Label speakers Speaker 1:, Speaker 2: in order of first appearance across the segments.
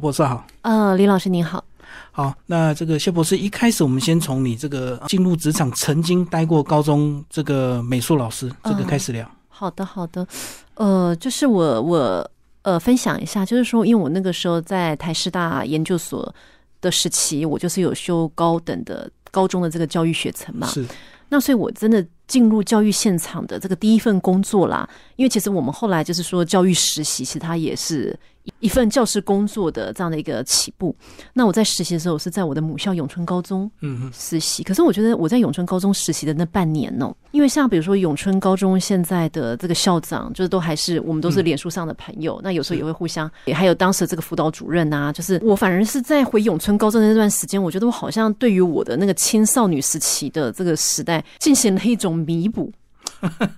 Speaker 1: 博士好。
Speaker 2: 嗯，李老师您好。
Speaker 1: 好，那这个谢博士，一开始我们先从你这个进入职场，曾经待过高中这个美术老师
Speaker 2: 嗯
Speaker 1: 这个开始聊。
Speaker 2: 好的，好的。呃，就是我我呃分享一下，就是说，因为我那个时候在台师大研究所的时期，我就是有修高等的高中的这个教育学程嘛。
Speaker 1: 是，
Speaker 2: 那所以，我真的进入教育现场的这个第一份工作啦，因为其实我们后来就是说教育实习，其实它也是一份教师工作的这样的一个起步。那我在实习的时候，我是在我的母校永春高中
Speaker 1: 嗯嗯，
Speaker 2: 实习，可是我觉得我在永春高中实习的那半年哦、因为像比如说永春高中现在的这个校长，就是都还是我们都是
Speaker 1: 嗯
Speaker 2: 脸书上的朋友，那有时候
Speaker 1: 是
Speaker 2: 也会互相，也还有当时的这个辅导主任啊，就是我反而是在回永春高中的那段时间，我觉得我好像对于我的那个青少女时期的这个时代进行了一种弥补。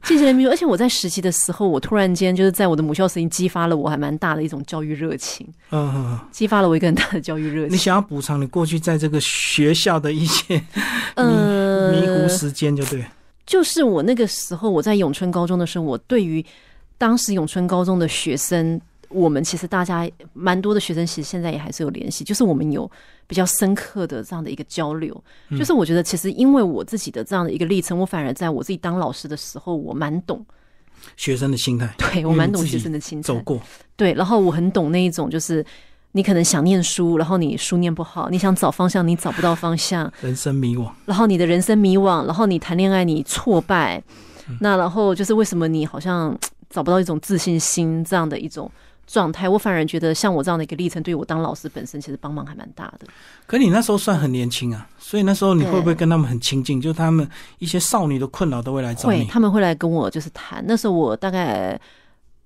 Speaker 2: 进行了弥补，而且我在实习的时候，我突然间就是在我的母校时期激发了我还蛮大的一种教育热情，
Speaker 1: 嗯嗯嗯
Speaker 2: 激发了我一个很大的教育热
Speaker 1: 你
Speaker 2: 情。
Speaker 1: 想要补偿你过去在这个学校的一些
Speaker 2: 呃，
Speaker 1: 迷糊时间，就对。
Speaker 2: 就是我那个时候，我在永春高中的时候，我对于当时永春高中的学生，我们其实大家蛮多的学生，其实现在也还是有联系，就是我们有比较深刻的这样的一个交流。
Speaker 1: 嗯
Speaker 2: 就是我觉得，其实因为我自己的这样的一个历程，我反而在我自己当老师的时候，我蛮懂，
Speaker 1: 学生的心态
Speaker 2: 对
Speaker 1: 为
Speaker 2: 我蛮
Speaker 1: 你
Speaker 2: 懂
Speaker 1: 自己
Speaker 2: 学生的心态
Speaker 1: 走，过，
Speaker 2: 对，然后我很懂那一种就是。你可能想念书，然后你书念不好，你想找方向，你找不到方向，
Speaker 1: 人生迷惘。
Speaker 2: 然后你的人生迷惘，然后你谈恋爱你挫败，那然后就是为什么你好像嘖找不到一种自信心这样的一种状态？我反而觉得像我这样的一个历程，对我当老师本身其实帮忙还蛮大的。
Speaker 1: 可你那时候算很年轻啊，所以那时候你会不会
Speaker 2: 对
Speaker 1: 跟他们很亲近？就他们一些少女的困扰都会来找
Speaker 2: 会，
Speaker 1: 你。
Speaker 2: 他们会来跟我就是谈。那时候我大概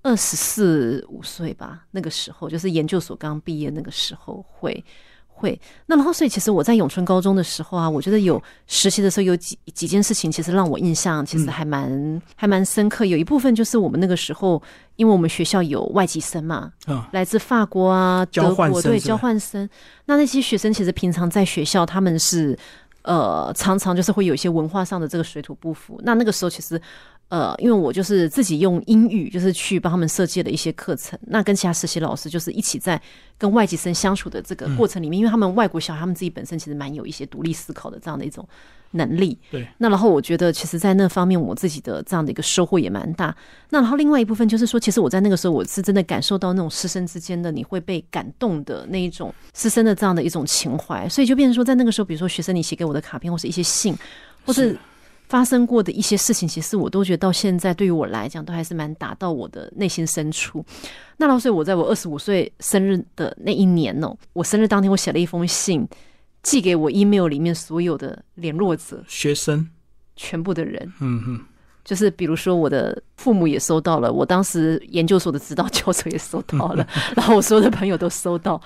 Speaker 2: 二十四五岁吧，那个时候就是研究所刚毕业那个时候会。会，那然后所以其实我在永春高中的时候啊，我觉得有实习的时候有几几件事情，其实让我印象其实还蛮、还蛮深刻。有一部分就是我们那个时候，因为我们学校有外籍生嘛，
Speaker 1: 嗯，
Speaker 2: 来自法国啊、
Speaker 1: 交
Speaker 2: 德
Speaker 1: 换
Speaker 2: 国，
Speaker 1: 生
Speaker 2: 对
Speaker 1: 是吧
Speaker 2: 交换生。那那些学生其实平常在学校，他们是呃常常就是会有一些文化上的这个水土不服。那那个时候其实呃，因为我就是自己用英语就是去帮他们设计了一些课程，那跟其他实习老师就是一起在跟外籍生相处的这个
Speaker 1: 嗯
Speaker 2: 过程里面，因为他们外国小孩他们自己本身其实蛮有一些独立思考的这样的一种能力。
Speaker 1: 对。
Speaker 2: 那然后我觉得，其实，在那方面我自己的这样的一个收获也蛮大。那然后另外一部分就是说，其实我在那个时候，我是真的感受到那种师生之间的你会被感动的那一种师生的这样的一种情怀，所以就变成说，在那个时候，比如说学生你写给我的卡片，或是一些信，或是
Speaker 1: 是
Speaker 2: 发生过的一些事情，其实我都觉得到现在对于我来讲，都还是蛮打到我的内心深处。那老师，我在我二十五岁生日的那一年哦，我生日当天，我写了一封信，寄给我 email 里面所有的联络者，
Speaker 1: 学生，
Speaker 2: 全部的人，
Speaker 1: 嗯嗯，
Speaker 2: 就是比如说我的父母也收到了，我当时研究所的指导教授也收到 了，然后我所有的朋友都收到，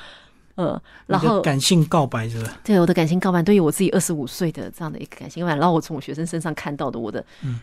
Speaker 2: 呃，然
Speaker 1: 你的
Speaker 2: 后
Speaker 1: 感性告白是吧？
Speaker 2: 对我的感情告白，对于我自己二十五岁的这样的一个感情告白，然后我从我学生身上看到的我的
Speaker 1: 嗯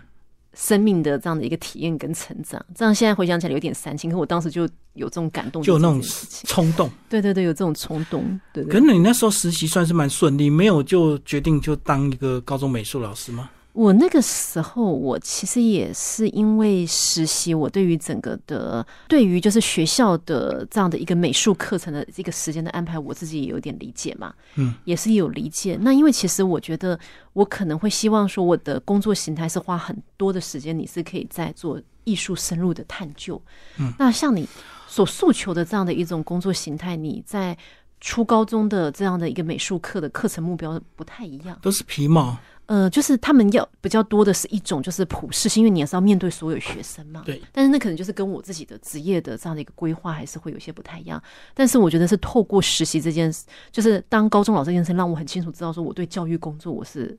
Speaker 2: 生命的这样的一个体验跟成长，这样现在回想起来有点煽情，可我当时就有这种感动，
Speaker 1: 就有那种
Speaker 2: 这件事情
Speaker 1: 冲动。
Speaker 2: 对对对，有这种冲动，对
Speaker 1: 可
Speaker 2: 对。
Speaker 1: 能你那时候实习算是蛮顺利，没有就决定就当一个高中美术老师吗？
Speaker 2: 我那个时候，我其实也是因为实习，我对于整个的，对于就是学校的这样的一个美术课程的这个时间的安排，我自己也有点理解嘛。
Speaker 1: 嗯，
Speaker 2: 也是有理解。那因为其实我觉得，我可能会希望说，我的工作形态是花很多的时间，你是可以在做艺术深入的探究。嗯，那像你所诉求的这样的一种工作形态，你在初高中的这样的一个美术课的课程目标不太一样。
Speaker 1: 都是皮毛，
Speaker 2: 呃，就是他们要比较多的是一种就是普世性，因为你也是要面对所有学生嘛。
Speaker 1: 对。
Speaker 2: 但是那可能就是跟我自己的职业的这样的一个规划还是会有一些不太一样。但是我觉得是透过实习这件事，就是当高中老师这件事，让我很清楚知道说我对教育工作我是，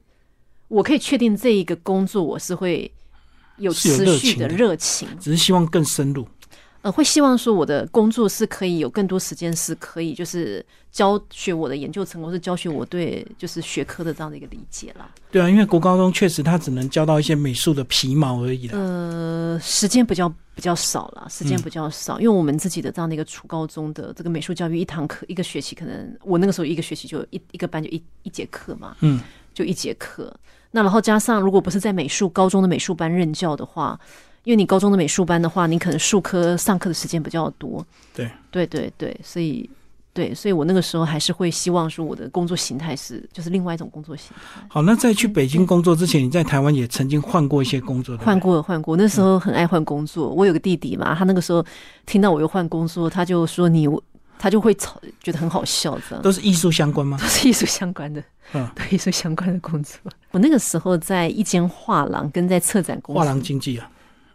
Speaker 2: 我可以确定这一个工作我是会有
Speaker 1: 是有
Speaker 2: 持
Speaker 1: 热
Speaker 2: 续
Speaker 1: 情
Speaker 2: 的
Speaker 1: 的
Speaker 2: 热情，
Speaker 1: 只是希望更深入。
Speaker 2: 呃，会希望说我的工作是可以有更多时间是可以就是教学我的研究成果，是教学我对就是学科的这样的一个理解啦。
Speaker 1: 对啊，因为国高中确实他只能教到一些美术的嗯皮毛而已啦。
Speaker 2: 呃，时间比较比较少了，时间比较少，因为我们自己的这样的一个初高中的这个美术教育，一堂课一个学期，可能我那个时候一个学期就一一个班就一一节课嘛，
Speaker 1: 嗯，
Speaker 2: 就一节课。那然后加上，如果不是在美术高中的美术班任教的话，因为你高中的美术班的话，你可能术科上课的时间比较多，
Speaker 1: 对
Speaker 2: 对对对，所以对，所以我那个时候还是会希望说我的工作形态是就是另外一种工作形态。
Speaker 1: 好，那在去北京工作之前，你在台湾也曾经换过一些工作，对不对
Speaker 2: 换过换过，那
Speaker 1: 嗯
Speaker 2: 时候很爱换工作。我有个弟弟嘛，他那个时候听到我又换工作，他就说你，他就会吵，觉得很好笑，这样
Speaker 1: 都是艺术相关吗
Speaker 2: 都？是艺术相关的，
Speaker 1: 嗯
Speaker 2: 对艺术相关的工作。我那个时候在一间画廊跟在策展公司，
Speaker 1: 画廊嗯经济啊，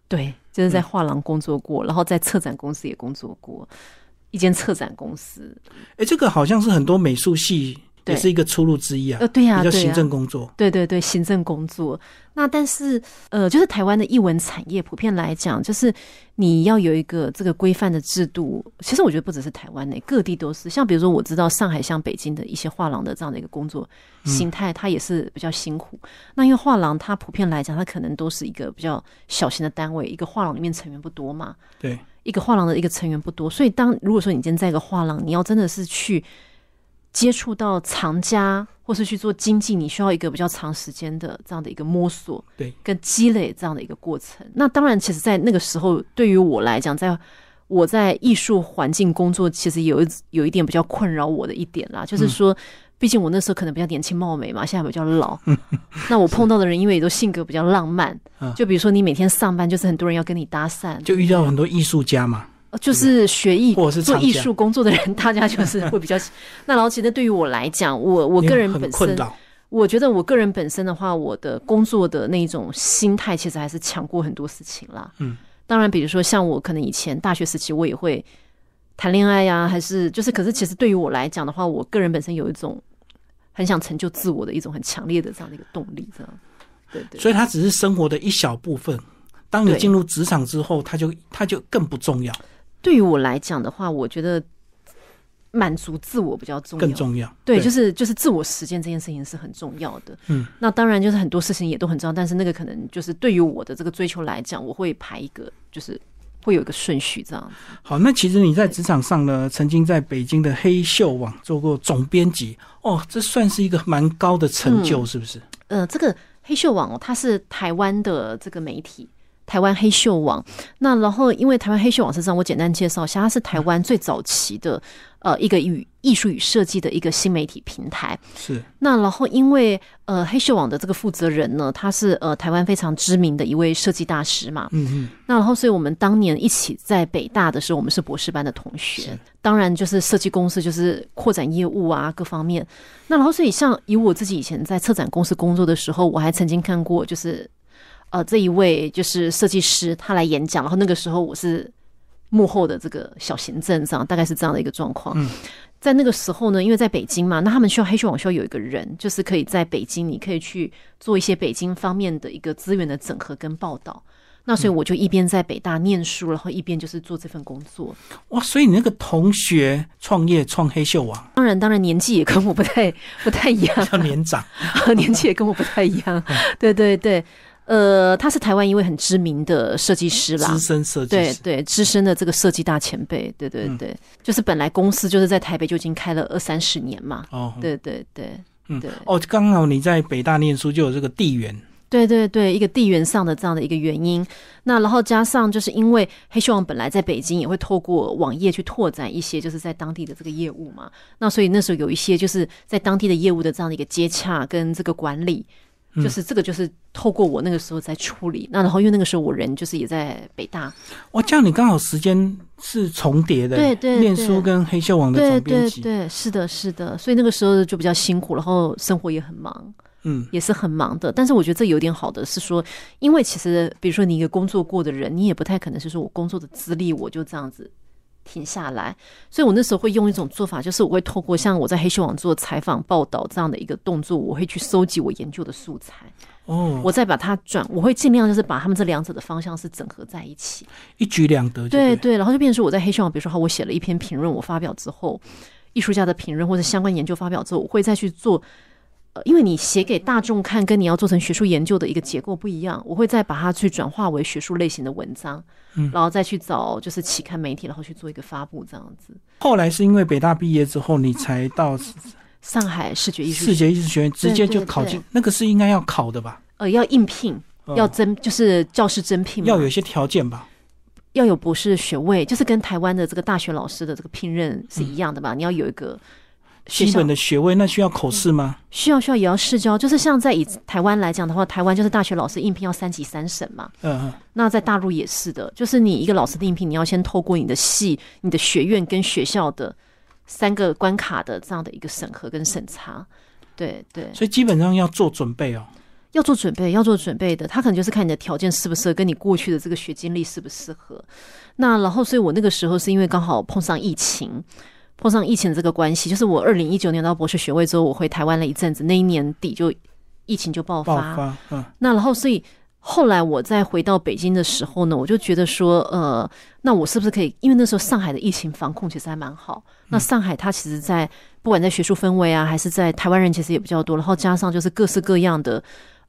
Speaker 2: 对，就是在画廊工作过，然后在策展公司也工作过，一间策展公司。
Speaker 1: 哎，这个好像是很多美术系
Speaker 2: 对
Speaker 1: 也是一个出路之一啊，
Speaker 2: 呃，对呀、
Speaker 1: 比
Speaker 2: 对
Speaker 1: 较
Speaker 2: 呀、
Speaker 1: 行政工作。
Speaker 2: 对对对，行政工作。那但是呃，就是台湾的译文产业普遍来讲，就是你要有一个这个规范的制度。其实我觉得不只是台湾呢、各地都是。像比如说，我知道上海、像北京的一些画廊的这样的一个工作形态，它也是比较辛苦。那因为画廊它普遍来讲，它可能都是一个比较小型的单位，一个画廊里面成员不多嘛。
Speaker 1: 对，
Speaker 2: 一个画廊的一个成员不多，所以当如果说你今天在一个画廊，你要真的是去接触到藏家，或是去做经济，你需要一个比较长时间的这样的一个摸索，
Speaker 1: 对，
Speaker 2: 跟积累这样的一个过程。那当然，其实，在那个时候，对于我来讲，在我在艺术环境工作，其实有一有一点比较困扰我的一点啦，
Speaker 1: 嗯
Speaker 2: 就是说。毕竟我那时候可能比较年轻貌美嘛，现在比较老。 那我碰到的人，因为也都性格比较浪漫，
Speaker 1: 嗯
Speaker 2: 就比如说你每天上班，就是很多人要跟你搭讪，
Speaker 1: 就遇到很多艺术家嘛，
Speaker 2: 呃就是学艺
Speaker 1: 或者是
Speaker 2: 做
Speaker 1: 厂
Speaker 2: 艺
Speaker 1: 家
Speaker 2: 术工作的人，大家就是会比较。 那然后其实对于我来讲，我我
Speaker 1: 你
Speaker 2: 个人
Speaker 1: 很
Speaker 2: 本
Speaker 1: 困
Speaker 2: 身，
Speaker 1: 扰。
Speaker 2: 我觉得我个人本身的话，我的工作的那种心态其实还是强过很多事情啦。
Speaker 1: 嗯，
Speaker 2: 当然，比如说像我可能以前大学时期，我也会谈恋爱呀、还是就是，可是其实对于我来讲的话，我个人本身有一种很想成就自我的一种很强烈的这样的一个动力，这样。对对
Speaker 1: 所以它只是生活的一小部分。当你
Speaker 2: 对
Speaker 1: 进入职场之后，它就它就更不重要，
Speaker 2: 对于我来讲的话，我觉得满足自我比较重要。
Speaker 1: 更重要。
Speaker 2: 对，就是就是自我实践这件事情是很重要的。
Speaker 1: 嗯，
Speaker 2: 那当然就是很多事情也都很重要，但是那个可能就是对于我的这个追求来讲，我会排一个，就是会有一个顺序这样。
Speaker 1: 好，那其实你在职场上呢，曾经在北京的黑秀网做过总编辑，哦，这算是一个蛮高的成就，是不是？
Speaker 2: 呃，这个黑秀网、哦、它是台湾的这个媒体。台湾黑秀网，那然后因为台湾黑秀网是这样，我简单介绍一下，它是台湾最早期的呃一个与艺术与设计的一个新媒体平台。
Speaker 1: 是，
Speaker 2: 那然后，因为呃，黑秀网的这个负责人呢，他是呃台湾非常知名的一位设计大师嘛。
Speaker 1: 嗯嗯，
Speaker 2: 那然后，所以我们当年一起在北大的时候，我们是博士班的同
Speaker 1: 是
Speaker 2: 学。当然，就是设计公司就是扩展业务啊，各方面。那然后，所以像以我自己以前在策展公司工作的时候，我还曾经看过，就是呃这一位就是设计师他来演讲，然后那个时候我是幕后的这个小行政，这样大概是这样的一个状况。在那个时候呢，因为在北京嘛，那他们需要黑熊网需要有一个人，就是可以在北京，你可以去做一些北京方面的一个资源的整合跟报道。那所以我就一边在北大念书，然后一边就是做这份工作。
Speaker 1: 哇，所以你那个同学创业创黑秀 网，
Speaker 2: 当然，当然年纪也跟我不太 不太一样，
Speaker 1: 叫年长，
Speaker 2: 年纪也跟我不太一样。对对对，呃，他是台湾一位很知名的设计师啦，
Speaker 1: 资深设计
Speaker 2: 对
Speaker 1: 师，
Speaker 2: 对，资深的这个设计大前辈，对对对，就是本来公司就是在台北就已经开了二三十年嘛，
Speaker 1: 哦，
Speaker 2: 对对对，
Speaker 1: 嗯
Speaker 2: 对
Speaker 1: 哦，刚好你在北大念书就有这个地缘，
Speaker 2: 对对对，一个地缘上的这样的一个原因。那然后加上就是因为黑秀网本来在北京也会透过网页去拓展一些就是在当地的这个业务嘛，那所以那时候有一些就是在当地的业务的这样的一个接洽跟这个管理。就是这个，就是透过我那个时候在处理。那然后因为那个时候我人就是也在北大，
Speaker 1: 哇，这样你刚好时间是重叠的，
Speaker 2: 对对
Speaker 1: 念
Speaker 2: 对
Speaker 1: 书跟黑秀网的
Speaker 2: 对
Speaker 1: 总编
Speaker 2: 对
Speaker 1: 辑，
Speaker 2: 对，是的，是的。所以那个时候就比较辛苦，然后生活也很忙。
Speaker 1: 嗯，
Speaker 2: 也是很忙的。但是我觉得这有点好的是说，因为其实比如说你一个工作过的人，你也不太可能是说我工作的资历我就这样子。停下来，所以我那时候会用一种做法，就是我会透过像我在黑秀网做采访报道这样的一个动作，我会去收集我研究的素材，
Speaker 1: 哦，
Speaker 2: 我再把它转，我会尽量就是把他们这两者的方向是整合在一起。
Speaker 1: 一举两得就对
Speaker 2: 对对，然后就变成说我在黑熊网，比如说好，我写了一篇评论，我发表之后，艺术家的评论或者相关研究发表之后，我会再去做。呃，因为你写给大众看，跟你要做成学术研究的一个结构不一样，我会再把它去转化为学术类型的文章，嗯、然后再去找就是期刊媒体，然后去做一个发布这样子。
Speaker 1: 后来是因为北大毕业之后，你才到
Speaker 2: 上海视觉艺术
Speaker 1: 视觉艺术学院，直接就考
Speaker 2: 对
Speaker 1: 进，那个是应该要考的吧？
Speaker 2: 呃要应聘，
Speaker 1: 嗯
Speaker 2: 要征、就是教师征聘嘛，
Speaker 1: 要有一些条件吧？
Speaker 2: 要有博士学位，就是跟台湾的这个大学老师的这个聘任是一样的吧？你要有一个学
Speaker 1: 基
Speaker 2: 校
Speaker 1: 本的学位，那需要口试吗？
Speaker 2: 需要需要也要试教，就是像在以台湾来讲的话，台湾就是大学老师应聘要三级三审嘛。
Speaker 1: 嗯嗯，
Speaker 2: 那在大陆也是的，就是你一个老师的应聘，你要先透过你的系、你的学院跟学校的三个关卡的这样的一个审核跟审查。对对，
Speaker 1: 所以基本上要做准备哦。
Speaker 2: 要做准备，要做准备的。他可能就是看你的条件适不适合，跟你过去的这个学经历适不适合。那然后，所以我那个时候是因为刚好碰上疫情，碰上疫情这个关系，就是我二零一九年拿到博士学位之后，我回台湾了一阵子，那一年底就疫情就爆
Speaker 1: 爆
Speaker 2: 发。
Speaker 1: 发，嗯，
Speaker 2: 那然后，所以后来我再回到北京的时候呢，我就觉得说，呃，那我是不是可以？因为那时候上海的疫情防控其实还蛮好。那上海它其实在，不管在学术氛围啊，还是在台湾人其实也比较多，然后加上就是各式各样的。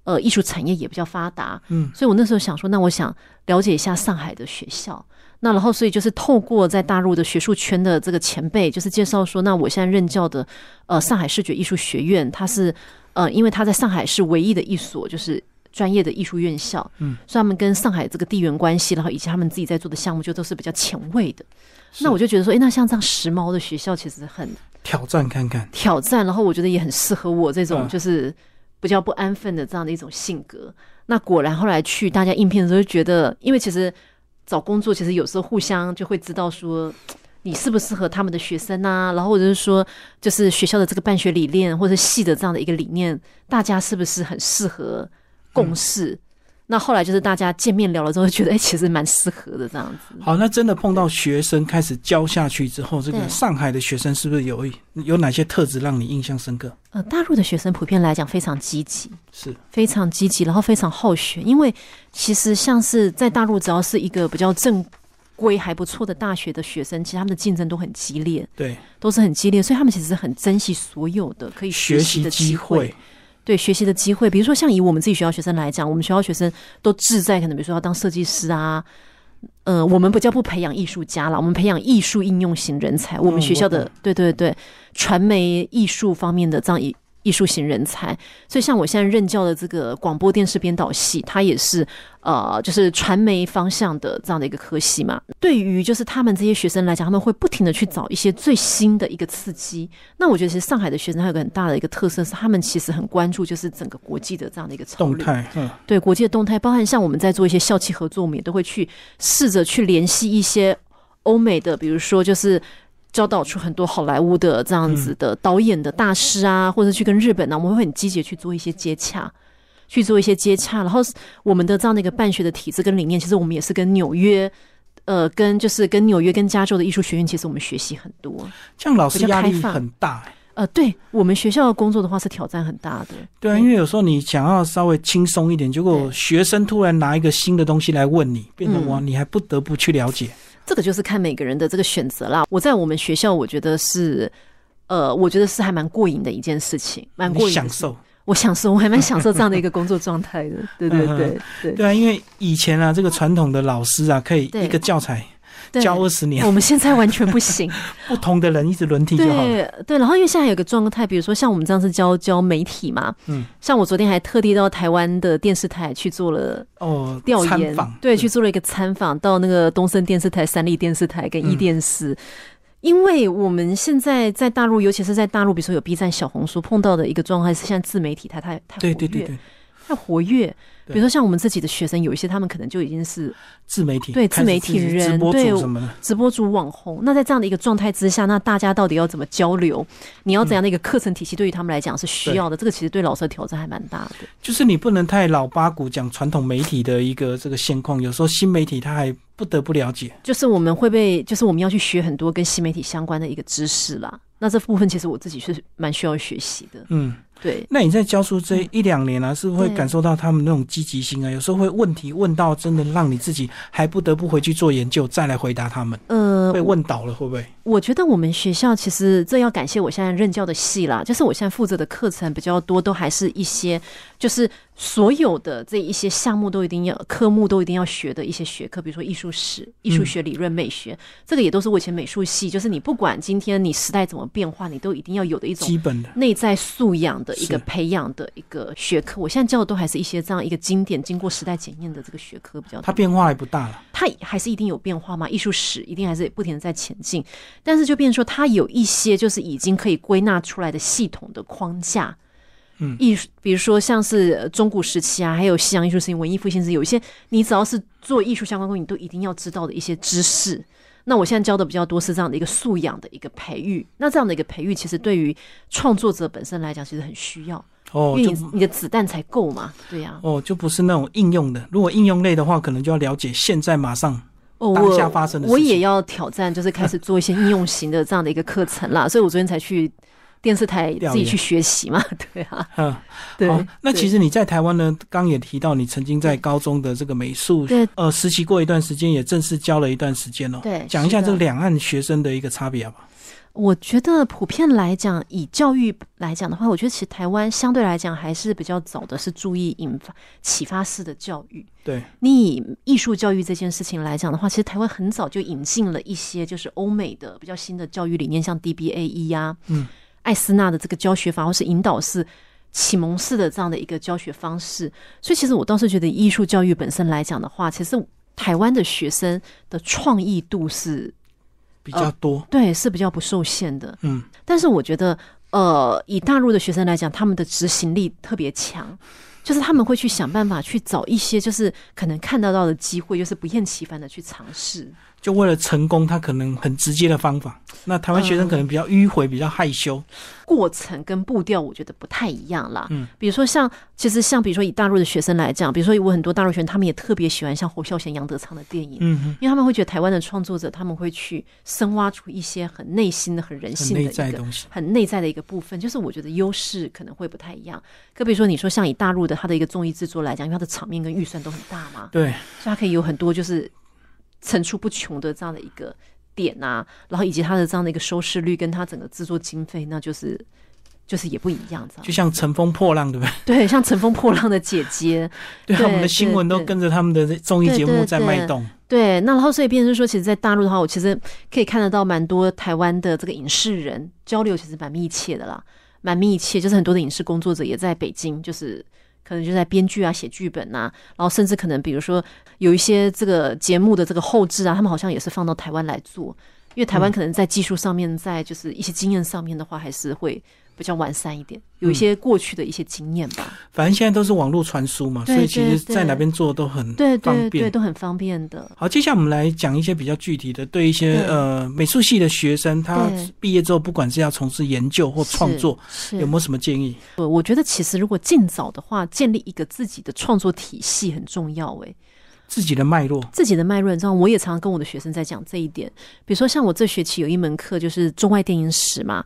Speaker 2: 呃，艺术产业也比较发达，
Speaker 1: 嗯，
Speaker 2: 所以我那时候想说，那我想了解一下上海的学校，那然后所以就是透过在大陆的学术圈的这个前辈，就是介绍说，那我现在任教的呃上海视觉艺术学院，它是呃，因为它在上海是唯一的一所就是专业的艺术院校，
Speaker 1: 嗯，
Speaker 2: 所以他们跟上海这个地缘关系，然后以及他们自己在做的项目，就都是比较前卫的。
Speaker 1: 是
Speaker 2: 那我就觉得说，诶，那像这样时髦的学校，其实很
Speaker 1: 挑战看看。
Speaker 2: 挑战，然后我觉得也很适合我这种
Speaker 1: 嗯
Speaker 2: 就是比较不安分的这样的一种性格。那果然后来去大家应聘的时候，就觉得因为其实找工作其实有时候互相就会知道说。你适不适合他们的学生啊？然后或者是说，就是学校的这个办学理念，或者系的这样的一个理念，大家是不是很适合共事？那后来就是大家见面聊了之后，觉得哎、其实蛮适合的这样子。
Speaker 1: 好，那真的碰到学生开始教下去之后，这个
Speaker 2: 对
Speaker 1: 上海的学生是不是有一有哪些特质让你印象深刻？
Speaker 2: 呃，大陆的学生普遍来讲非常积极，
Speaker 1: 是，
Speaker 2: 非常积极，然后非常好学。因为其实像是在大陆，只要是一个比较正规还不错的大学的学生，其实他们的竞争都很激烈，
Speaker 1: 对，
Speaker 2: 都是很激烈，所以他们其实很珍惜所有的可以
Speaker 1: 学
Speaker 2: 习
Speaker 1: 习
Speaker 2: 的
Speaker 1: 机
Speaker 2: 会。
Speaker 1: 会，
Speaker 2: 对学习的机会，比如说像以我们自己学校学生来讲，我们学校学生都志在可能比如说要当设计师啊，呃，我们不叫不培养艺术家啦，我们培养艺术应用型人才。嗯我们学校
Speaker 1: 我
Speaker 2: 的、
Speaker 1: 懂
Speaker 2: 对对对，传媒艺术方面的这样艺艺术型人才，所以像我现在任教的这个广播电视编导系，它也是呃，就是传媒方向的这样的一个科系嘛。对于就是他们这些学生来讲，他们会不停的去找一些最新的一个刺激。那我觉得其实上海的学生还有个很大的一个特色是，他们其实很关注就是整个国际的这样的一个潮
Speaker 1: 动
Speaker 2: 流。
Speaker 1: 态，嗯，
Speaker 2: 对国际的动态，包含像我们在做一些校企合作，我们也都会去试着去联系一些欧美的，比如说就是教导出很多好莱坞的这样子的导演的大师啊，或者去跟日本呢、我们会很积极地去做一些接洽。去做一些接洽，然后我们的这样的一个办学的体制跟理念，其实我们也是跟纽约，呃，跟就是跟纽约跟加州的艺术学院，其实我们学习很多。
Speaker 1: 这样老师
Speaker 2: 比较
Speaker 1: 压
Speaker 2: 开
Speaker 1: 力
Speaker 2: 放
Speaker 1: 很大、欸
Speaker 2: 呃，对我们学校的工作的话是挑战很大的。
Speaker 1: 对啊，
Speaker 2: 对
Speaker 1: 因为有时候你想要稍微轻松一点，结果学生突然拿一个新的东西来问
Speaker 2: 嗯
Speaker 1: 你，变成我，你还不得不去了解。
Speaker 2: 这个就是看每个人的这个选择啦。我在我们学校，我觉得是，呃，我觉得是还蛮过瘾的一件事情，蛮过
Speaker 1: 你
Speaker 2: 瘾的
Speaker 1: 享
Speaker 2: 事情。
Speaker 1: 受，
Speaker 2: 我享受，我还蛮享受这样的一个工作状态 的。对对对对
Speaker 1: 对啊，因为以前啊，这个传统的老师啊，可以
Speaker 2: 对
Speaker 1: 一个教材
Speaker 2: 对，
Speaker 1: 教二十年，
Speaker 2: 我们现在完全不 行。
Speaker 1: 不同的人一直轮替就好了。
Speaker 2: 对对，然后因为现在有个状态，比如说像我们这样是教教媒体嘛，
Speaker 1: 嗯，
Speaker 2: 像我昨天还特地到台湾的电视台去做了
Speaker 1: 哦，
Speaker 2: 调
Speaker 1: 参
Speaker 2: 研
Speaker 1: 访，
Speaker 2: 对，去做了一个参访，到那个东森电视台、三立电视台跟
Speaker 1: 嗯
Speaker 2: 一电视。因为我们现在在大陆，尤其是在大陆，比如说有 B 站、小红书，碰到的一个状态是，现在自媒体它太太活
Speaker 1: 对
Speaker 2: 跃，
Speaker 1: 对对对，
Speaker 2: 太活跃。
Speaker 1: 对
Speaker 2: 比如说像我们自己的学生，有一些他们可能就已经是
Speaker 1: 自媒体
Speaker 2: 对
Speaker 1: 开始
Speaker 2: 自媒体
Speaker 1: 自己
Speaker 2: 人
Speaker 1: 直播
Speaker 2: 对
Speaker 1: 主什么的，
Speaker 2: 直播主、网红。那在这样的一个状态之下，那大家到底要怎么交流？你要怎样的一个课程体系对于他们来讲是需要的？这个其实对老师的挑战还蛮大的。
Speaker 1: 就是你不能太老八股讲传统媒体的一个这个现况，有时候新媒体他还不得不了解。
Speaker 2: 就是我们会被，就是我们要去学很多跟新媒体相关的一个知识啦。那这部分其实我自己是蛮需要学习的。
Speaker 1: 嗯，
Speaker 2: 对，
Speaker 1: 那你在教书这一两年啊，是不是会
Speaker 2: 嗯对
Speaker 1: 感受到他们那种积极性啊？有时候会问题问到真的让你自己还不得不回去做研究，再来回答他们。
Speaker 2: 呃
Speaker 1: 被，问倒了会不会？
Speaker 2: 我觉得我们学校其实这要感谢我现在任教的系啦，就是我现在负责的课程比较多，都还是一些就是所有的这一些项目都一定要科目都一定要学的一些学科，比如说艺术史、艺术学理论、美学，这个也都是我以前美术系，就是你不管今天你时代怎么变化，你都一定要有的一种
Speaker 1: 基本的。
Speaker 2: 内在素养的一个
Speaker 1: 是
Speaker 2: 培养的一个学科。我现在教的都还是一些这样一个经典、经过时代检验的这个学科比较
Speaker 1: 它
Speaker 2: 多。
Speaker 1: 变化还不大了，
Speaker 2: 它还是一定有变化嘛？艺术史一定还是不停的在前进，但是就变成说，它有一些就是已经可以归纳出来的系统的框架。
Speaker 1: 嗯
Speaker 2: 艺术，比如说像是呃中古时期啊，还有西洋艺术时期、文艺复兴时期，有一些你只要是做艺术相关工作，你都一定要知道的一些知识。那我现在教的比较多是这样的一个素养的一个培育。那这样的一个培育，其实对于创作者本身来讲，其实很需要，
Speaker 1: 哦，
Speaker 2: 因为
Speaker 1: 就
Speaker 2: 你你的子弹才够嘛。对呀、
Speaker 1: 哦就不是那种应用的。如果应用类的话，可能就要了解现在马上
Speaker 2: 哦，
Speaker 1: 当
Speaker 2: 我
Speaker 1: 下发生的事
Speaker 2: 我
Speaker 1: 情
Speaker 2: 也要挑战，就是开始做一些应用型的这样的一个课程啦。 所以我昨天才去电视台
Speaker 1: 调研
Speaker 2: 自己去学习嘛。 对啊，
Speaker 1: 嗯，
Speaker 2: 对。
Speaker 1: 好，那
Speaker 2: 对
Speaker 1: 其实你在台湾呢，刚也提到你曾经在高中的这个美术
Speaker 2: 对
Speaker 1: 呃实习过一段时间，也正式教了一段时间哦。
Speaker 2: 对
Speaker 1: 讲一下
Speaker 2: 是的
Speaker 1: 这两岸学生的一个差别好不好？
Speaker 2: 我觉得普遍来讲，以教育来讲的话，我觉得其实台湾相对来讲还是比较早的，是注意引发启发式的教育。
Speaker 1: 对，
Speaker 2: 你以艺术教育这件事情来讲的话，其实台湾很早就引进了一些就是欧美的比较新的教育理念，像 DBAE 呀、
Speaker 1: 嗯，
Speaker 2: 艾斯纳的这个教学法，或是引导式、启蒙式的这样的一个教学方式。所以，其实我倒是觉得艺术教育本身来讲的话，其实台湾的学生的创意度是
Speaker 1: 比
Speaker 2: 哦
Speaker 1: 较多，
Speaker 2: 对是比较不受限的。
Speaker 1: 嗯，
Speaker 2: 但是我觉得，呃，以大陆的学生来讲，他们的执行力特别强，就是他们会去想办法去找一些就是可能看得到的机会，就是不厌其烦的去尝试。
Speaker 1: 就为了成功，他可能很直接的方法。那台湾学生可能比较迂回，比较害羞。
Speaker 2: 过程跟步调，我觉得不太一样啦。
Speaker 1: 嗯，
Speaker 2: 比如说像，其实像比如说以大陆的学生来讲，比如说我很多大陆学生，他们也特别喜欢像侯孝贤、杨德昌的电影。
Speaker 1: 嗯哼，
Speaker 2: 因为他们会觉得台湾的创作者，他们会去深挖出一些很内心的、很人
Speaker 1: 很
Speaker 2: 性的一
Speaker 1: 内
Speaker 2: 个
Speaker 1: 在的东西。
Speaker 2: 很内在的一个部分，就是我觉得优势可能会不太一样。可比如说，你说像以大陆的它的一个综艺制作来讲，因为它的场面跟预算都很大嘛，
Speaker 1: 对，
Speaker 2: 所以它可以有很多就是层出不穷的这样的一个点啊，然后以及它的这样的一个收视率跟它整个制作经费，那就是就是也不一样，这
Speaker 1: 就
Speaker 2: 样
Speaker 1: 像乘风破浪，对不对？
Speaker 2: 对，像《乘风破浪的姐姐》
Speaker 1: 对，
Speaker 2: 对
Speaker 1: 我们的新闻都
Speaker 2: 对
Speaker 1: 跟着他们的综艺节目在脉动。
Speaker 2: 对，那然后所以变成说，其实，在大陆的话，我其实可以看得到蛮多台湾的这个影视人交流，其实蛮密切的啦，蛮密切。就是很多的影视工作者也在北京，就是可能就在编剧啊、写剧本呐、然后甚至可能比如说有一些这个节目的这个后置啊，他们好像也是放到台湾来做，因为台
Speaker 1: 嗯
Speaker 2: 湾可能在技术上面，在就是一些经验上面的话，还是会比较完善一点，
Speaker 1: 嗯
Speaker 2: 有一些过去的一些经验吧。
Speaker 1: 反正现在都是网络传输嘛，
Speaker 2: 对
Speaker 1: 所以其实
Speaker 2: 对对
Speaker 1: 在哪边做都很
Speaker 2: 对
Speaker 1: 方
Speaker 2: 对
Speaker 1: 便
Speaker 2: 对，。都很方便的。
Speaker 1: 好，接下来我们来讲一些比较具体的，对一些
Speaker 2: 对
Speaker 1: 呃美术系的学生，他
Speaker 2: 对
Speaker 1: 毕业之后不管是要从事研究或创作，
Speaker 2: 是
Speaker 1: 有没有什么建议？
Speaker 2: 对，我觉得其实如果尽早的话，建立一个自己的创作体系很重要。诶，
Speaker 1: 自己的脉络，
Speaker 2: 自己的脉络，你知道，我也常常跟我的学生在讲这一点。比如说，像我这学期有一门课就是中外电影史嘛，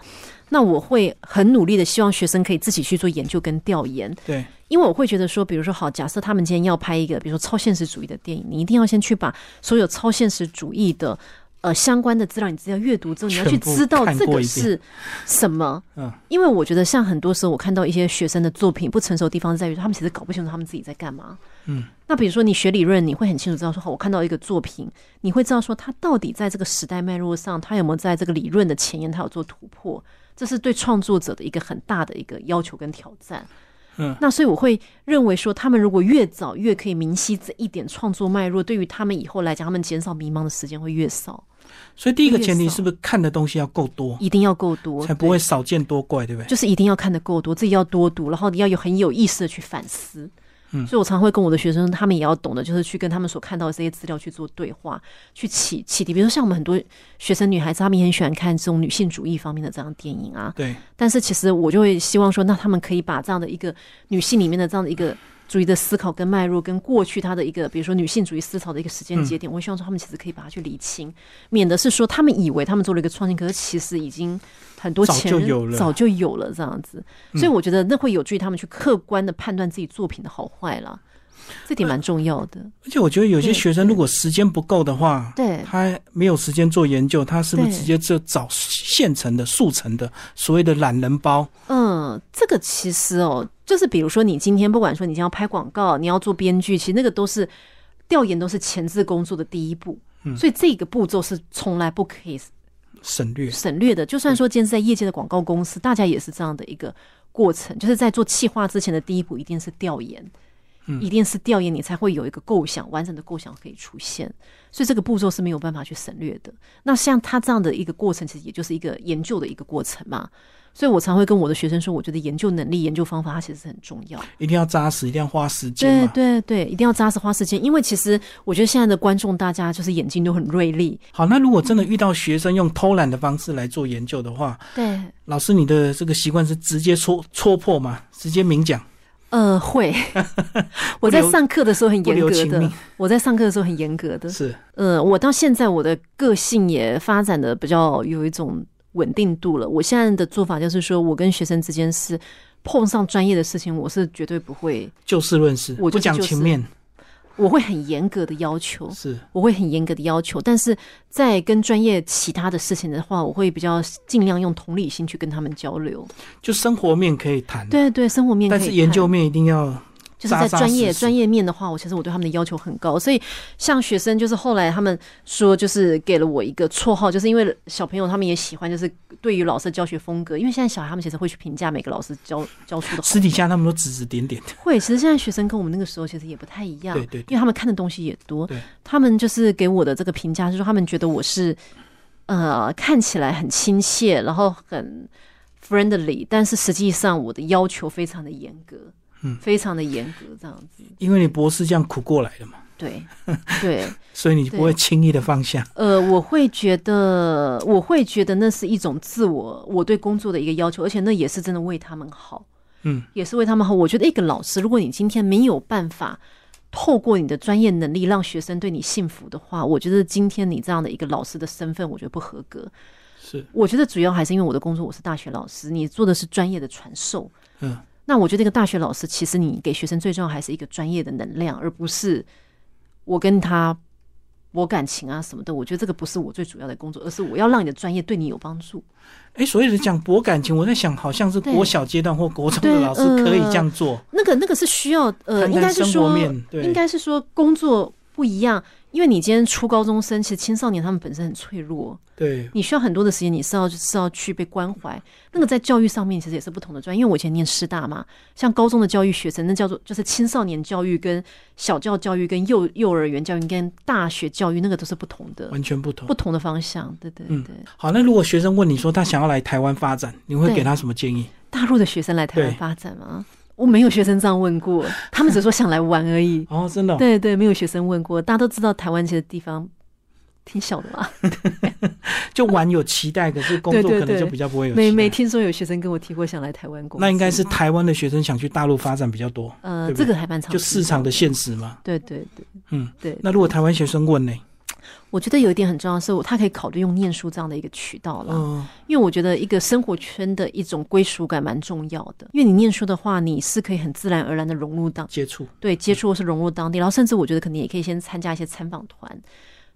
Speaker 2: 那我会很努力的希望学生可以自己去做研究跟调研，
Speaker 1: 对，
Speaker 2: 因为我会觉得说，比如说好，假设他们今天要拍一个，比如说超现实主义的电影，你一定要先去把所有超现实主义的。呃，相关的资料你资料阅读之后，你要去
Speaker 1: 全部
Speaker 2: 知道
Speaker 1: 看
Speaker 2: 这
Speaker 1: 过
Speaker 2: 个
Speaker 1: 一遍
Speaker 2: 是什么，
Speaker 1: 嗯，
Speaker 2: 因为我觉得，像很多时候我看到一些学生的作品不成熟的地方在于，他们其实搞不清楚他们自己在干嘛。
Speaker 1: 嗯，
Speaker 2: 那比如说你学理论，你会很清楚知道说，哦好，我看到一个作品，你会知道说他到底在这个时代脉络上，他有没有在这个理论的前沿，他有做突破，这是对创作者的一个很大的一个要求跟挑战。
Speaker 1: 嗯，
Speaker 2: 那所以我会认为说，他们如果越早越可以明晰这一点创作脉络，对于他们以后来讲，他们减少迷茫的时间会越少，
Speaker 1: 所以第一个前提
Speaker 2: 越少
Speaker 1: 是不是看的东西要够多，
Speaker 2: 一定要够多，
Speaker 1: 才不
Speaker 2: 对
Speaker 1: 会少见多怪，对不对？
Speaker 2: 就是一定要看得够多，自己要多读，然后你要有很有意识的去反思。
Speaker 1: 嗯
Speaker 2: 所以我常会跟我的学生，他们也要懂得，就是去跟他们所看到的这些资料去做对话，去启启迪。比如说像我们很多学生女孩子，她们也很喜欢看这种女性主义方面的这样的电影啊。
Speaker 1: 对，
Speaker 2: 但是其实我就会希望说，那他们可以把这样的一个女性里面的这样的一个主义的思考跟脉络，跟过去她的一个比如说女性主义思潮的一个时间节点，
Speaker 1: 嗯
Speaker 2: 我会希望说他们其实可以把它去理清，免得是说他们以为他们做了一个创新，可是其实已经很多
Speaker 1: 早
Speaker 2: 前
Speaker 1: 就
Speaker 2: 人
Speaker 1: 有了嗯
Speaker 2: 早就有了这样子，所以我觉得那会有助于他们去客观的判断自己作品的好坏啦，这点蛮重要的。
Speaker 1: 而且我觉得有些
Speaker 2: 对
Speaker 1: 学生
Speaker 2: 对
Speaker 1: 如果时间不够的话，
Speaker 2: 对
Speaker 1: 他没有时间做研究，他是不是
Speaker 2: 对
Speaker 1: 直接就找现成的、速成的所谓的懒人包，
Speaker 2: 嗯，这个其实哦，就是比如说你今天不管说你今天要拍广告，你要做编剧，其实那个都是调研，都是前置工作的第一步。
Speaker 1: 嗯
Speaker 2: 所以这个步骤是从来不可以
Speaker 1: 省略。
Speaker 2: 省略的。就算说今天是在业界的广告公司，大家也是这样的一个过程，就是在做企划之前的第一步一定是调研，
Speaker 1: 嗯
Speaker 2: 一定是调研，你才会有一个构想，完整的构想可以出现。所以这个步骤是没有办法去省略的。那像他这样的一个过程，其实也就是一个研究的一个过程嘛。所以我常会跟我的学生说，我觉得研究能力、研究方法，它其实是很重要。
Speaker 1: 一定要扎实，一定要花时间
Speaker 2: 对
Speaker 1: 嘛。
Speaker 2: 对对，一定要扎实花时间，因为其实我觉得现在的观众大家就是眼睛都很锐利。
Speaker 1: 好，那如果真的遇到学生用偷懒的方式来做研究的话，
Speaker 2: 对，
Speaker 1: 老师你的这个习惯是直接戳戳破嘛，直接明讲。
Speaker 2: 呃， 会。我在
Speaker 1: 留
Speaker 2: 上课的时候很
Speaker 1: 不
Speaker 2: 严
Speaker 1: 留
Speaker 2: 格
Speaker 1: 情
Speaker 2: 的
Speaker 1: 面，
Speaker 2: 我在上课的时候很严格的。
Speaker 1: 是，
Speaker 2: 呃，我到现在我的个性也发展的比较有一种稳定度了。我现在的做法就是说，我跟学生之间是碰上专业的事情，我是绝对不会，
Speaker 1: 就事论事，
Speaker 2: 我就是嗯
Speaker 1: 不讲情面。
Speaker 2: 我会很严格的要求，
Speaker 1: 是，
Speaker 2: 我会很严格的要求。但是在跟专业其他的事情的话，我会比较尽量用同理心去跟他们交流。
Speaker 1: 就生活面可以谈，
Speaker 2: 对对，生活面可
Speaker 1: 嗯但
Speaker 2: 以看，
Speaker 1: 是研究面一定要
Speaker 2: 就是在
Speaker 1: 扎扎
Speaker 2: 专业
Speaker 1: 实实
Speaker 2: 专业面的话，我其实我对他们的要求很高，所以像学生就是后来他们说就是给了我一个绰号，就是因为小朋友他们也喜欢就是对于老师的教学风格，因为现在小孩他们其实会去评价每个老师教教书 的好
Speaker 1: 私底下他们都指指点点的。
Speaker 2: 会，其实现在学生跟我们那个时候其实也不太一样，
Speaker 1: 对对对
Speaker 2: 因为他们看的东西也多
Speaker 1: 对，
Speaker 2: 他们就是给我的这个评价是说他们觉得我是呃看起来很亲切，然后很 friendly，但是实际上我的要求非常的严格，
Speaker 1: 嗯
Speaker 2: 非常的严格这样子。
Speaker 1: 因为你博士这样苦过来的嘛，
Speaker 2: 对对，
Speaker 1: 所以你
Speaker 2: 对
Speaker 1: 不会轻易的放下。
Speaker 2: 呃，我会觉得，我会觉得那是一种自我，我对工作的一个要求，而且那也是真的为他们好，
Speaker 1: 嗯，
Speaker 2: 也是为他们好。我觉得一个老师，如果你今天没有办法透过你的专业能力让学生对你信服的话，我觉得今天你这样的一个老师的身份，我觉得不合格。
Speaker 1: 是，
Speaker 2: 我觉得主要还是因为我的工作我是大学老师，你做的是专业的传授。
Speaker 1: 嗯，
Speaker 2: 那我觉得一个大学老师，其实你给学生最重要还是一个专业的能量，而不是我跟他博感情啊什么的。我觉得这个不是我最主要的工作，而是我要让你的专业对你有帮助。
Speaker 1: 哎，所以是讲博感情，我在想，好像是
Speaker 2: 对
Speaker 1: 国小阶段或国中的
Speaker 2: 对
Speaker 1: 老师可以这样做，
Speaker 2: 那个那个是需要呃，
Speaker 1: 谈
Speaker 2: 应该
Speaker 1: 谈
Speaker 2: 是
Speaker 1: 生
Speaker 2: 说
Speaker 1: 活面，对，
Speaker 2: 应该是说工作不一样，因为你今天初高中生，其实青少年他们本身很脆弱，
Speaker 1: 对，
Speaker 2: 你需要很多的时间，你是要是要去被关怀。那个在教育上面其实也是不同的专业，因为我以前念师大嘛，像高中的教育学生，那叫做就是青少年教育、跟小教教育、跟幼幼儿园教育、跟大学教育，那个都是不同的，
Speaker 1: 完全不同
Speaker 2: 不。同的方向。对对
Speaker 1: 哦嗯
Speaker 2: 对，
Speaker 1: 好，那如果学生问你说他想要来台湾发展，你会
Speaker 2: 对
Speaker 1: 给他什么建议？
Speaker 2: 大陆的学生来台湾
Speaker 1: 对
Speaker 2: 发展吗？我没有学生这样问过，他们只是说想来玩而已。
Speaker 1: 哦，真的哦、
Speaker 2: 对对，没有学生问过，大家都知道台湾其实地方挺小的嘛，
Speaker 1: 就玩有期待，可是工
Speaker 2: 对
Speaker 1: 作
Speaker 2: 对
Speaker 1: 可能就
Speaker 2: 对
Speaker 1: 比较不会有期待。
Speaker 2: 没没听说有学生跟我提过嗯想来台湾工作，
Speaker 1: 那应该是台湾的学生想去大陆发展比较多，
Speaker 2: 呃，
Speaker 1: 对不
Speaker 2: 这
Speaker 1: 对
Speaker 2: 个还蛮常
Speaker 1: 就
Speaker 2: 听
Speaker 1: 市场
Speaker 2: 到
Speaker 1: 的现实嘛。
Speaker 2: 对对对，
Speaker 1: 嗯，
Speaker 2: 对。
Speaker 1: 那如果台湾学生问呢？
Speaker 2: 我觉得有一点很重要的是，他可以考虑用念书这样的一个渠道啦，
Speaker 1: 嗯，
Speaker 2: 因为我觉得一个生活圈的一种归属感蛮重要的。因为你念书的话，你是可以很自然而然的融入当
Speaker 1: 接触
Speaker 2: 对接触或是融入当地，然后甚至我觉得可能也可以先参加一些参访团，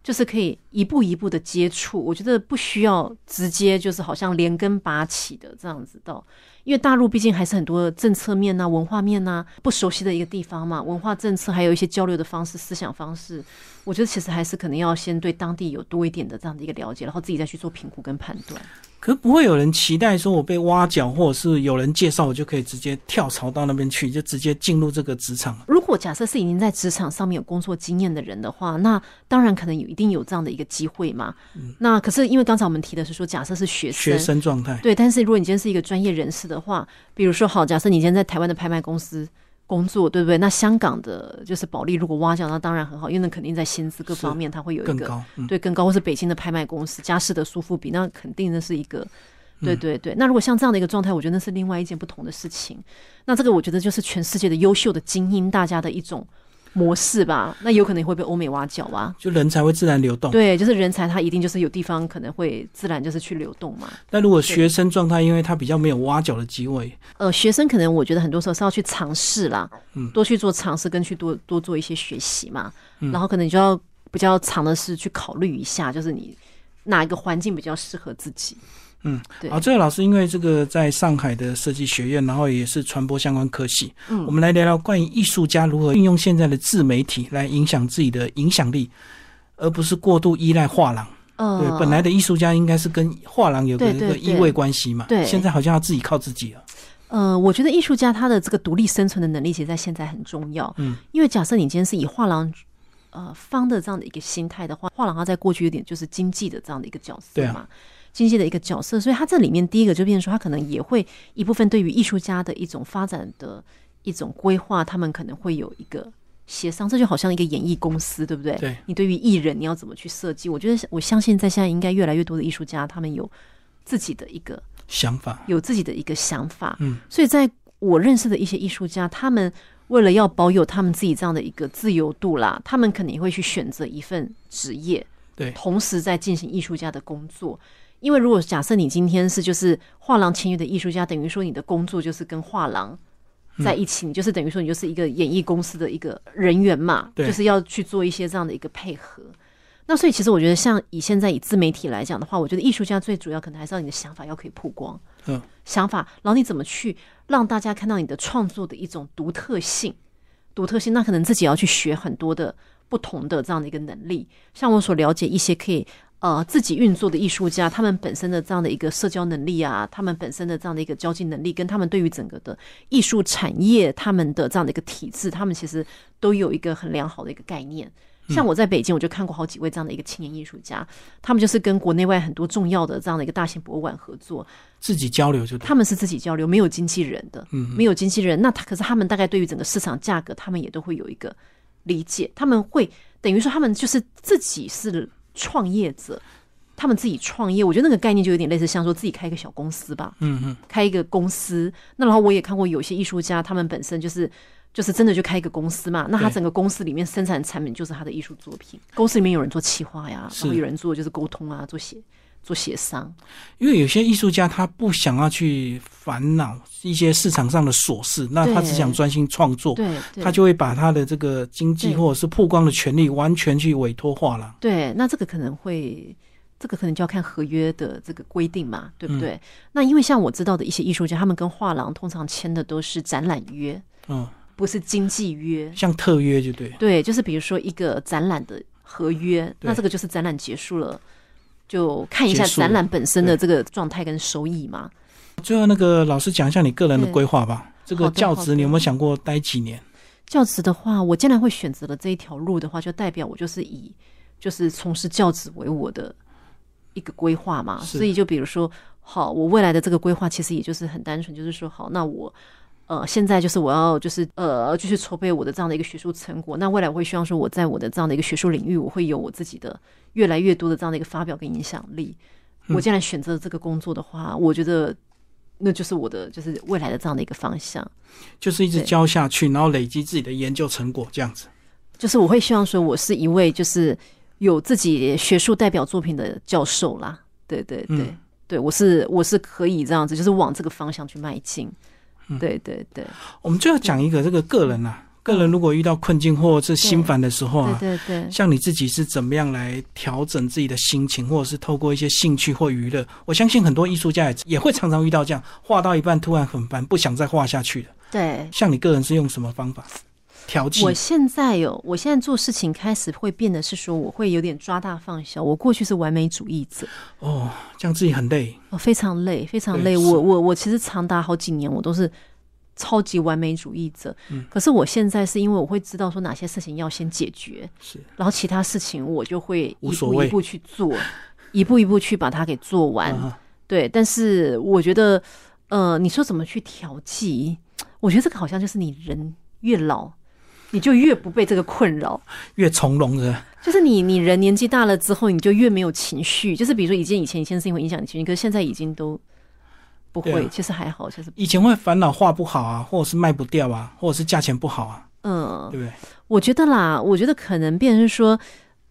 Speaker 2: 就是可以一步一步的接触。我觉得不需要直接就是好像连根拔起的这样子到，因为大陆毕竟还是很多政策面呐、文化面呐、不熟悉的一个地方嘛，文化政策还有一些交流的方式、思想方式，我觉得其实还是可能要先对当地有多一点的这样的一个了解，然后自己再去做评估跟判断。
Speaker 1: 可不会有人期待说我被挖角，或者是有人介绍我就可以直接跳槽到那边去，就直接进入这个职场。
Speaker 2: 如果假设是已经在职场上面有工作经验的人的话，那当然可能有一定有这样的一个机会嘛。那可是因为刚才我们提的是说，假设是学生，
Speaker 1: 嗯学生状态，
Speaker 2: 对，但是如果你今天是一个专业人士的话，比如说好，假设你今天在台湾的拍卖公司。工作对不对？那香港的就是保利，如果挖角，那当然很好，因为那肯定在薪资各
Speaker 1: 是
Speaker 2: 方面，它会有一
Speaker 1: 更
Speaker 2: 个
Speaker 1: 高。嗯，
Speaker 2: 对更高，或是北京的拍卖公司、佳士得、苏富比，那肯定那是一个。对对对，那如果像这样的一个状态，我觉得那是另外一件不同的事情。那这个我觉得就是全世界的优秀的精英，大家的一种模式吧。那有可能会被欧美挖角啊。
Speaker 1: 就人才会自然流动。
Speaker 2: 对，就是人才，他一定就是有地方可能会自然就是去流动嘛。
Speaker 1: 但如果学生状态，因为他比较没有挖角的机会，
Speaker 2: 呃，学生可能我觉得很多时候是要去尝试啦，多去做尝试，跟去多多做一些学习嘛。然后可能你就要比较长的是去考虑一下，就是你哪一个环境比较适合自己。
Speaker 1: 嗯，
Speaker 2: 对
Speaker 1: 好，这个老师因为这个在上海的设计学院，然后也是传播相关科系。
Speaker 2: 嗯
Speaker 1: 我们来聊聊关于艺术家如何运用现在的自媒体来影响自己的影响力，而不是过度依赖画廊。
Speaker 2: 呃，
Speaker 1: 对，哦本来的艺术家应该是跟画廊有个
Speaker 2: 对
Speaker 1: 一
Speaker 2: 对
Speaker 1: 个
Speaker 2: 对
Speaker 1: 依偎关系嘛。
Speaker 2: 对
Speaker 1: 现在好像要自己靠自己了。
Speaker 2: 呃，我觉得艺术家他的这个独立生存的能力，其实在现在很重要。
Speaker 1: 嗯，
Speaker 2: 因为假设你今天是以画廊。呃，方的这样的一个心态的话，画廊它在过去有点就是经济的这样的一个角色
Speaker 1: 对啊
Speaker 2: 嘛，经济的一个角色，所以它这里面第一个就变成说，它可能也会一部分对于艺术家的一种发展的一种规划，他们可能会有一个协商，这就好像一个演艺公司，对不对？
Speaker 1: 对
Speaker 2: 你对于艺人你要怎么去设计？我觉得我相信在现在应该越来越多的艺术家，他们有自己的一个
Speaker 1: 想法，
Speaker 2: 有自己的一个想法。
Speaker 1: 嗯，
Speaker 2: 所以在我认识的一些艺术家，他们为了要保有他们自己这样的一个自由度啦，他们肯定会去选择一份职业，
Speaker 1: 对
Speaker 2: 同时在进行艺术家的工作。因为如果假设你今天是就是画廊签约的艺术家，等于说你的工作就是跟画廊。
Speaker 1: 嗯
Speaker 2: 在一起，你就是等于说你就是一个演艺公司的一个人员嘛，
Speaker 1: 对
Speaker 2: 就是要去做一些这样的一个配合。那所以其实我觉得，像以现在以自媒体来讲的话，我觉得艺术家最主要可能还是要你的想法要可以曝光，
Speaker 1: 嗯，
Speaker 2: 想法，然后你怎么去让大家看到你的创作的一种独特性，独特性，那可能自己要去学很多的不同的这样的一个能力。像我所了解一些可以呃自己运作的艺术家，他们本身的这样的一个社交能力啊，他们本身的这样的一个交际能力，跟他们对于整个的艺术产业他们的这样的一个体制，他们其实都有一个很良好的一个概念。像我在北京，我就看过好几位这样的一个青年艺术家，他们就是跟国内外很多重要的这样的一个大型博物馆合作，
Speaker 1: 自己交流就对。
Speaker 2: 他们是自己交流，没有经纪人的，
Speaker 1: 嗯
Speaker 2: 没有经纪人。那他可是他们大概对于整个市场价格，他们也都会有一个理解，他们会等于说他们就是自己是创业者，他们自己创业。我觉得那个概念就有点类似，像说自己开一个小公司吧，
Speaker 1: 嗯嗯，
Speaker 2: 开一个公司。那然后我也看过有些艺术家，他们本身就是。就是真的就开一个公司嘛，那他
Speaker 1: 对
Speaker 2: 整个公司里面生产的产品就是他的艺术作品。公司里面有人做企划呀，
Speaker 1: 是
Speaker 2: 然后有人做就是沟通啊，做协做协商，
Speaker 1: 因为有些艺术家他不想要去烦恼一些市场上的琐事，那他只想专心创作。
Speaker 2: 对，对
Speaker 1: 他就会把他的这个经济
Speaker 2: 对
Speaker 1: 或者是曝光的权利完全去委托画廊。
Speaker 2: 对，那这个可能会，这个可能就要看合约的这个规定嘛，对
Speaker 1: 嗯
Speaker 2: 不对？那因为像我知道的一些艺术家，他们跟画廊通常签的都是展览约，
Speaker 1: 嗯，
Speaker 2: 不是经纪约。
Speaker 1: 像特约就对，
Speaker 2: 对，就是比如说一个展览的合约，那
Speaker 1: 对
Speaker 2: 这个就是展览结束了。就看一
Speaker 1: 结
Speaker 2: 下
Speaker 1: 束
Speaker 2: 展览本身的
Speaker 1: 对
Speaker 2: 这个状态跟收益嘛。
Speaker 1: 最后那个老师讲一下你个人的
Speaker 2: 对
Speaker 1: 规划吧。这个
Speaker 2: 好的
Speaker 1: 教
Speaker 2: 好
Speaker 1: 职
Speaker 2: 的
Speaker 1: 你有没有想过待几年？
Speaker 2: 教职的话，我既然会选择了这一条路的话，就代表我就是以就是从事教职为我的一个规划嘛。
Speaker 1: 是
Speaker 2: 所以就比如说，好，我未来的这个规划其实也就是很单纯，就是说，好，那我呃现在就是我要就是呃继续筹备我的这样的一个学术成果。那未来我会希望说，我在我的这样的一个学术领域，我会有我自己的越来越多的这样的一个发表跟影响力。我既然选择了这个工作的话，我觉得那就是我的就是未来的这样的一个方向。
Speaker 1: 就是一直
Speaker 2: 对
Speaker 1: 教下去，然后累积自己的研究成果这样子。
Speaker 2: 就是我会希望说，我是一位就是有自己学术代表作品的教授啦。对对对，
Speaker 1: 嗯
Speaker 2: 对我是我是可以这样子，就是往这个方向去迈进。对对对
Speaker 1: 我们最后讲一个这个个人啊，个人如果遇到困境或者是心烦的时候
Speaker 2: 对
Speaker 1: 啊，
Speaker 2: 对对，
Speaker 1: 像你自己是怎么样来调整自己的心情，或者是透过一些兴趣或娱乐？我相信很多艺术家也也会常常遇到这样，画到一半突然很烦，不想再画下去了。
Speaker 2: 对。
Speaker 1: 像你个人是用什么方法调剂
Speaker 2: 我？现在有，我现在做事情开始会变得是说，我会有点抓大放小。我过去是完美主义者，
Speaker 1: 哦，这样自己很累。
Speaker 2: 哦，非常累，非常
Speaker 1: 对
Speaker 2: 累。
Speaker 1: 是
Speaker 2: 我我我其实长达好几年，我都是超级完美主义者。
Speaker 1: 嗯
Speaker 2: 可是我现在是因为我会知道说哪些事情要先解决，
Speaker 1: 是，
Speaker 2: 然后其他事情我就会
Speaker 1: 无
Speaker 2: 一
Speaker 1: 所
Speaker 2: 步
Speaker 1: 谓
Speaker 2: 一步去 做，一步一步去把它给做完。
Speaker 1: 啊，
Speaker 2: 对，但是我觉得，呃，你说怎么去调剂？我觉得这个好像就是你人越老，你就越不被这个困扰。
Speaker 1: 越从容的，
Speaker 2: 就是你，你人年纪大了之后，你就越没有情绪。就是比如说，以前以前以前事情会影响你情绪，可是现在已经都不
Speaker 1: 对
Speaker 2: 会。
Speaker 1: 啊
Speaker 2: 其实还好，其实
Speaker 1: 以前会烦恼画不好啊，或者是卖不掉啊，或者是价钱不好啊，
Speaker 2: 嗯，
Speaker 1: 对不对？
Speaker 2: 我觉得啦，我觉得可能变成是说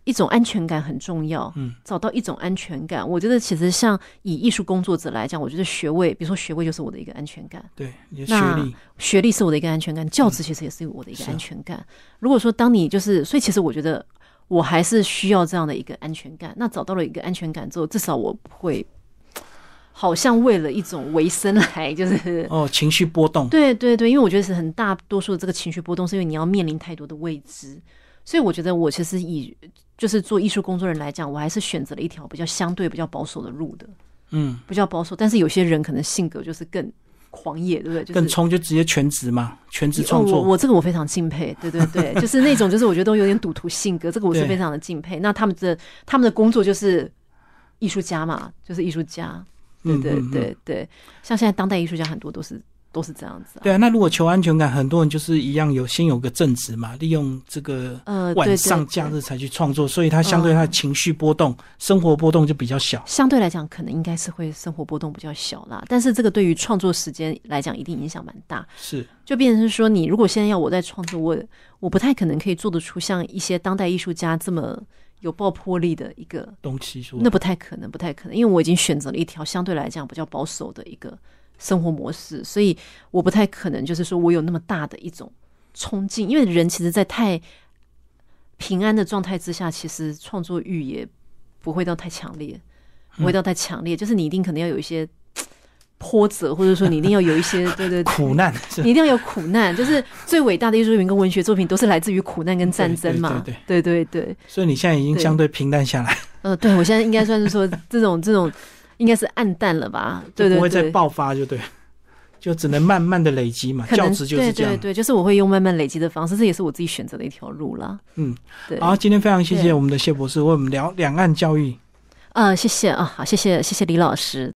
Speaker 2: 一种安全感很重要。
Speaker 1: 嗯，
Speaker 2: 找到一种安全感，我觉得其实像以艺术工作者来讲，我觉得学位，比如说学位就是我的一个安全感。
Speaker 1: 对，你的
Speaker 2: 那
Speaker 1: 学历，
Speaker 2: 学历是我的一个安全感，教职其实也是我的一个安全感。如果说当你就是，所以其实我觉得我还是需要这样的一个安全感。那找到了一个安全感之后，至少我不会好像为了一种维生 来，就是
Speaker 1: 哦，情绪波动，
Speaker 2: 对对对，因为我觉得是很大多数的这个情绪波动，是因为你要面临太多的未知，所以我觉得我其实以就是做艺术工作人来讲，我还是选择了一条比较相对比较保守的路的，
Speaker 1: 嗯，
Speaker 2: 比较保守。但是有些人可能性格就是更狂野，对不对？就是
Speaker 1: 更冲就直接全职嘛，全职创
Speaker 2: 哦
Speaker 1: 作，
Speaker 2: 我我这个我非常敬佩，对对 对，就是那种就是我觉得都有点赌徒性格，这个我是
Speaker 1: 对
Speaker 2: 非常的敬佩。那他们的他们的工作就是艺术家嘛，就是艺术家，对
Speaker 1: 嗯
Speaker 2: 对
Speaker 1: 嗯嗯
Speaker 2: 对对，像现在当代艺术家很多都是都是这样子、啊，
Speaker 1: 对啊，那如果求安全感，很多人就是一样有先有个正职嘛，利用这个
Speaker 2: 呃，对
Speaker 1: 晚
Speaker 2: 对
Speaker 1: 上
Speaker 2: 对
Speaker 1: 假日才去创作，所以他相对他的情绪波动、生活波动就比较小。
Speaker 2: 相对来讲，可能应该是会生活波动比较小啦，但是这个对于创作时间来讲，一定影响蛮大。
Speaker 1: 是，
Speaker 2: 就变成是说，你如果现在要我在创作，我我不太可能可以做得出像一些当代艺术家这么有爆破力的一个
Speaker 1: 东西说
Speaker 2: 那不太可能，不太可能，因为我已经选择了一条相对来讲比较保守的一个生活模式，所以我不太可能就是说我有那么大的一种冲劲，因为人其实，在太平安的状态之下，其实创作欲也不会到太强烈，不
Speaker 1: 嗯
Speaker 2: 会到太强烈，就是你一定可能要有一些波折，或者说你一定要有一些对对对
Speaker 1: 苦难是
Speaker 2: 你一定要有苦难，就是最伟大的艺术品跟文学作品都是来自于苦难跟战争嘛，
Speaker 1: 对
Speaker 2: 对对对。
Speaker 1: 所以你现在已经
Speaker 2: 对
Speaker 1: 相对平淡下来，
Speaker 2: 呃，对我现在应该算是说这种这种应该是暗淡了吧？对
Speaker 1: 就不
Speaker 2: 对
Speaker 1: 会再
Speaker 2: 对，
Speaker 1: 爆发，就对，就只能慢慢的累积嘛。
Speaker 2: 可
Speaker 1: 教
Speaker 2: 能
Speaker 1: 职就是
Speaker 2: 对
Speaker 1: 这
Speaker 2: 对
Speaker 1: 样。
Speaker 2: 对，就是我会用慢慢累积的方式，这也是我自己选择的一条路啦。
Speaker 1: 嗯，
Speaker 2: 对，
Speaker 1: 好，今天非常谢谢
Speaker 2: 对
Speaker 1: 我们的谢博士为我们聊两岸教育。
Speaker 2: 呃，谢谢啊，好，谢谢谢谢李老师，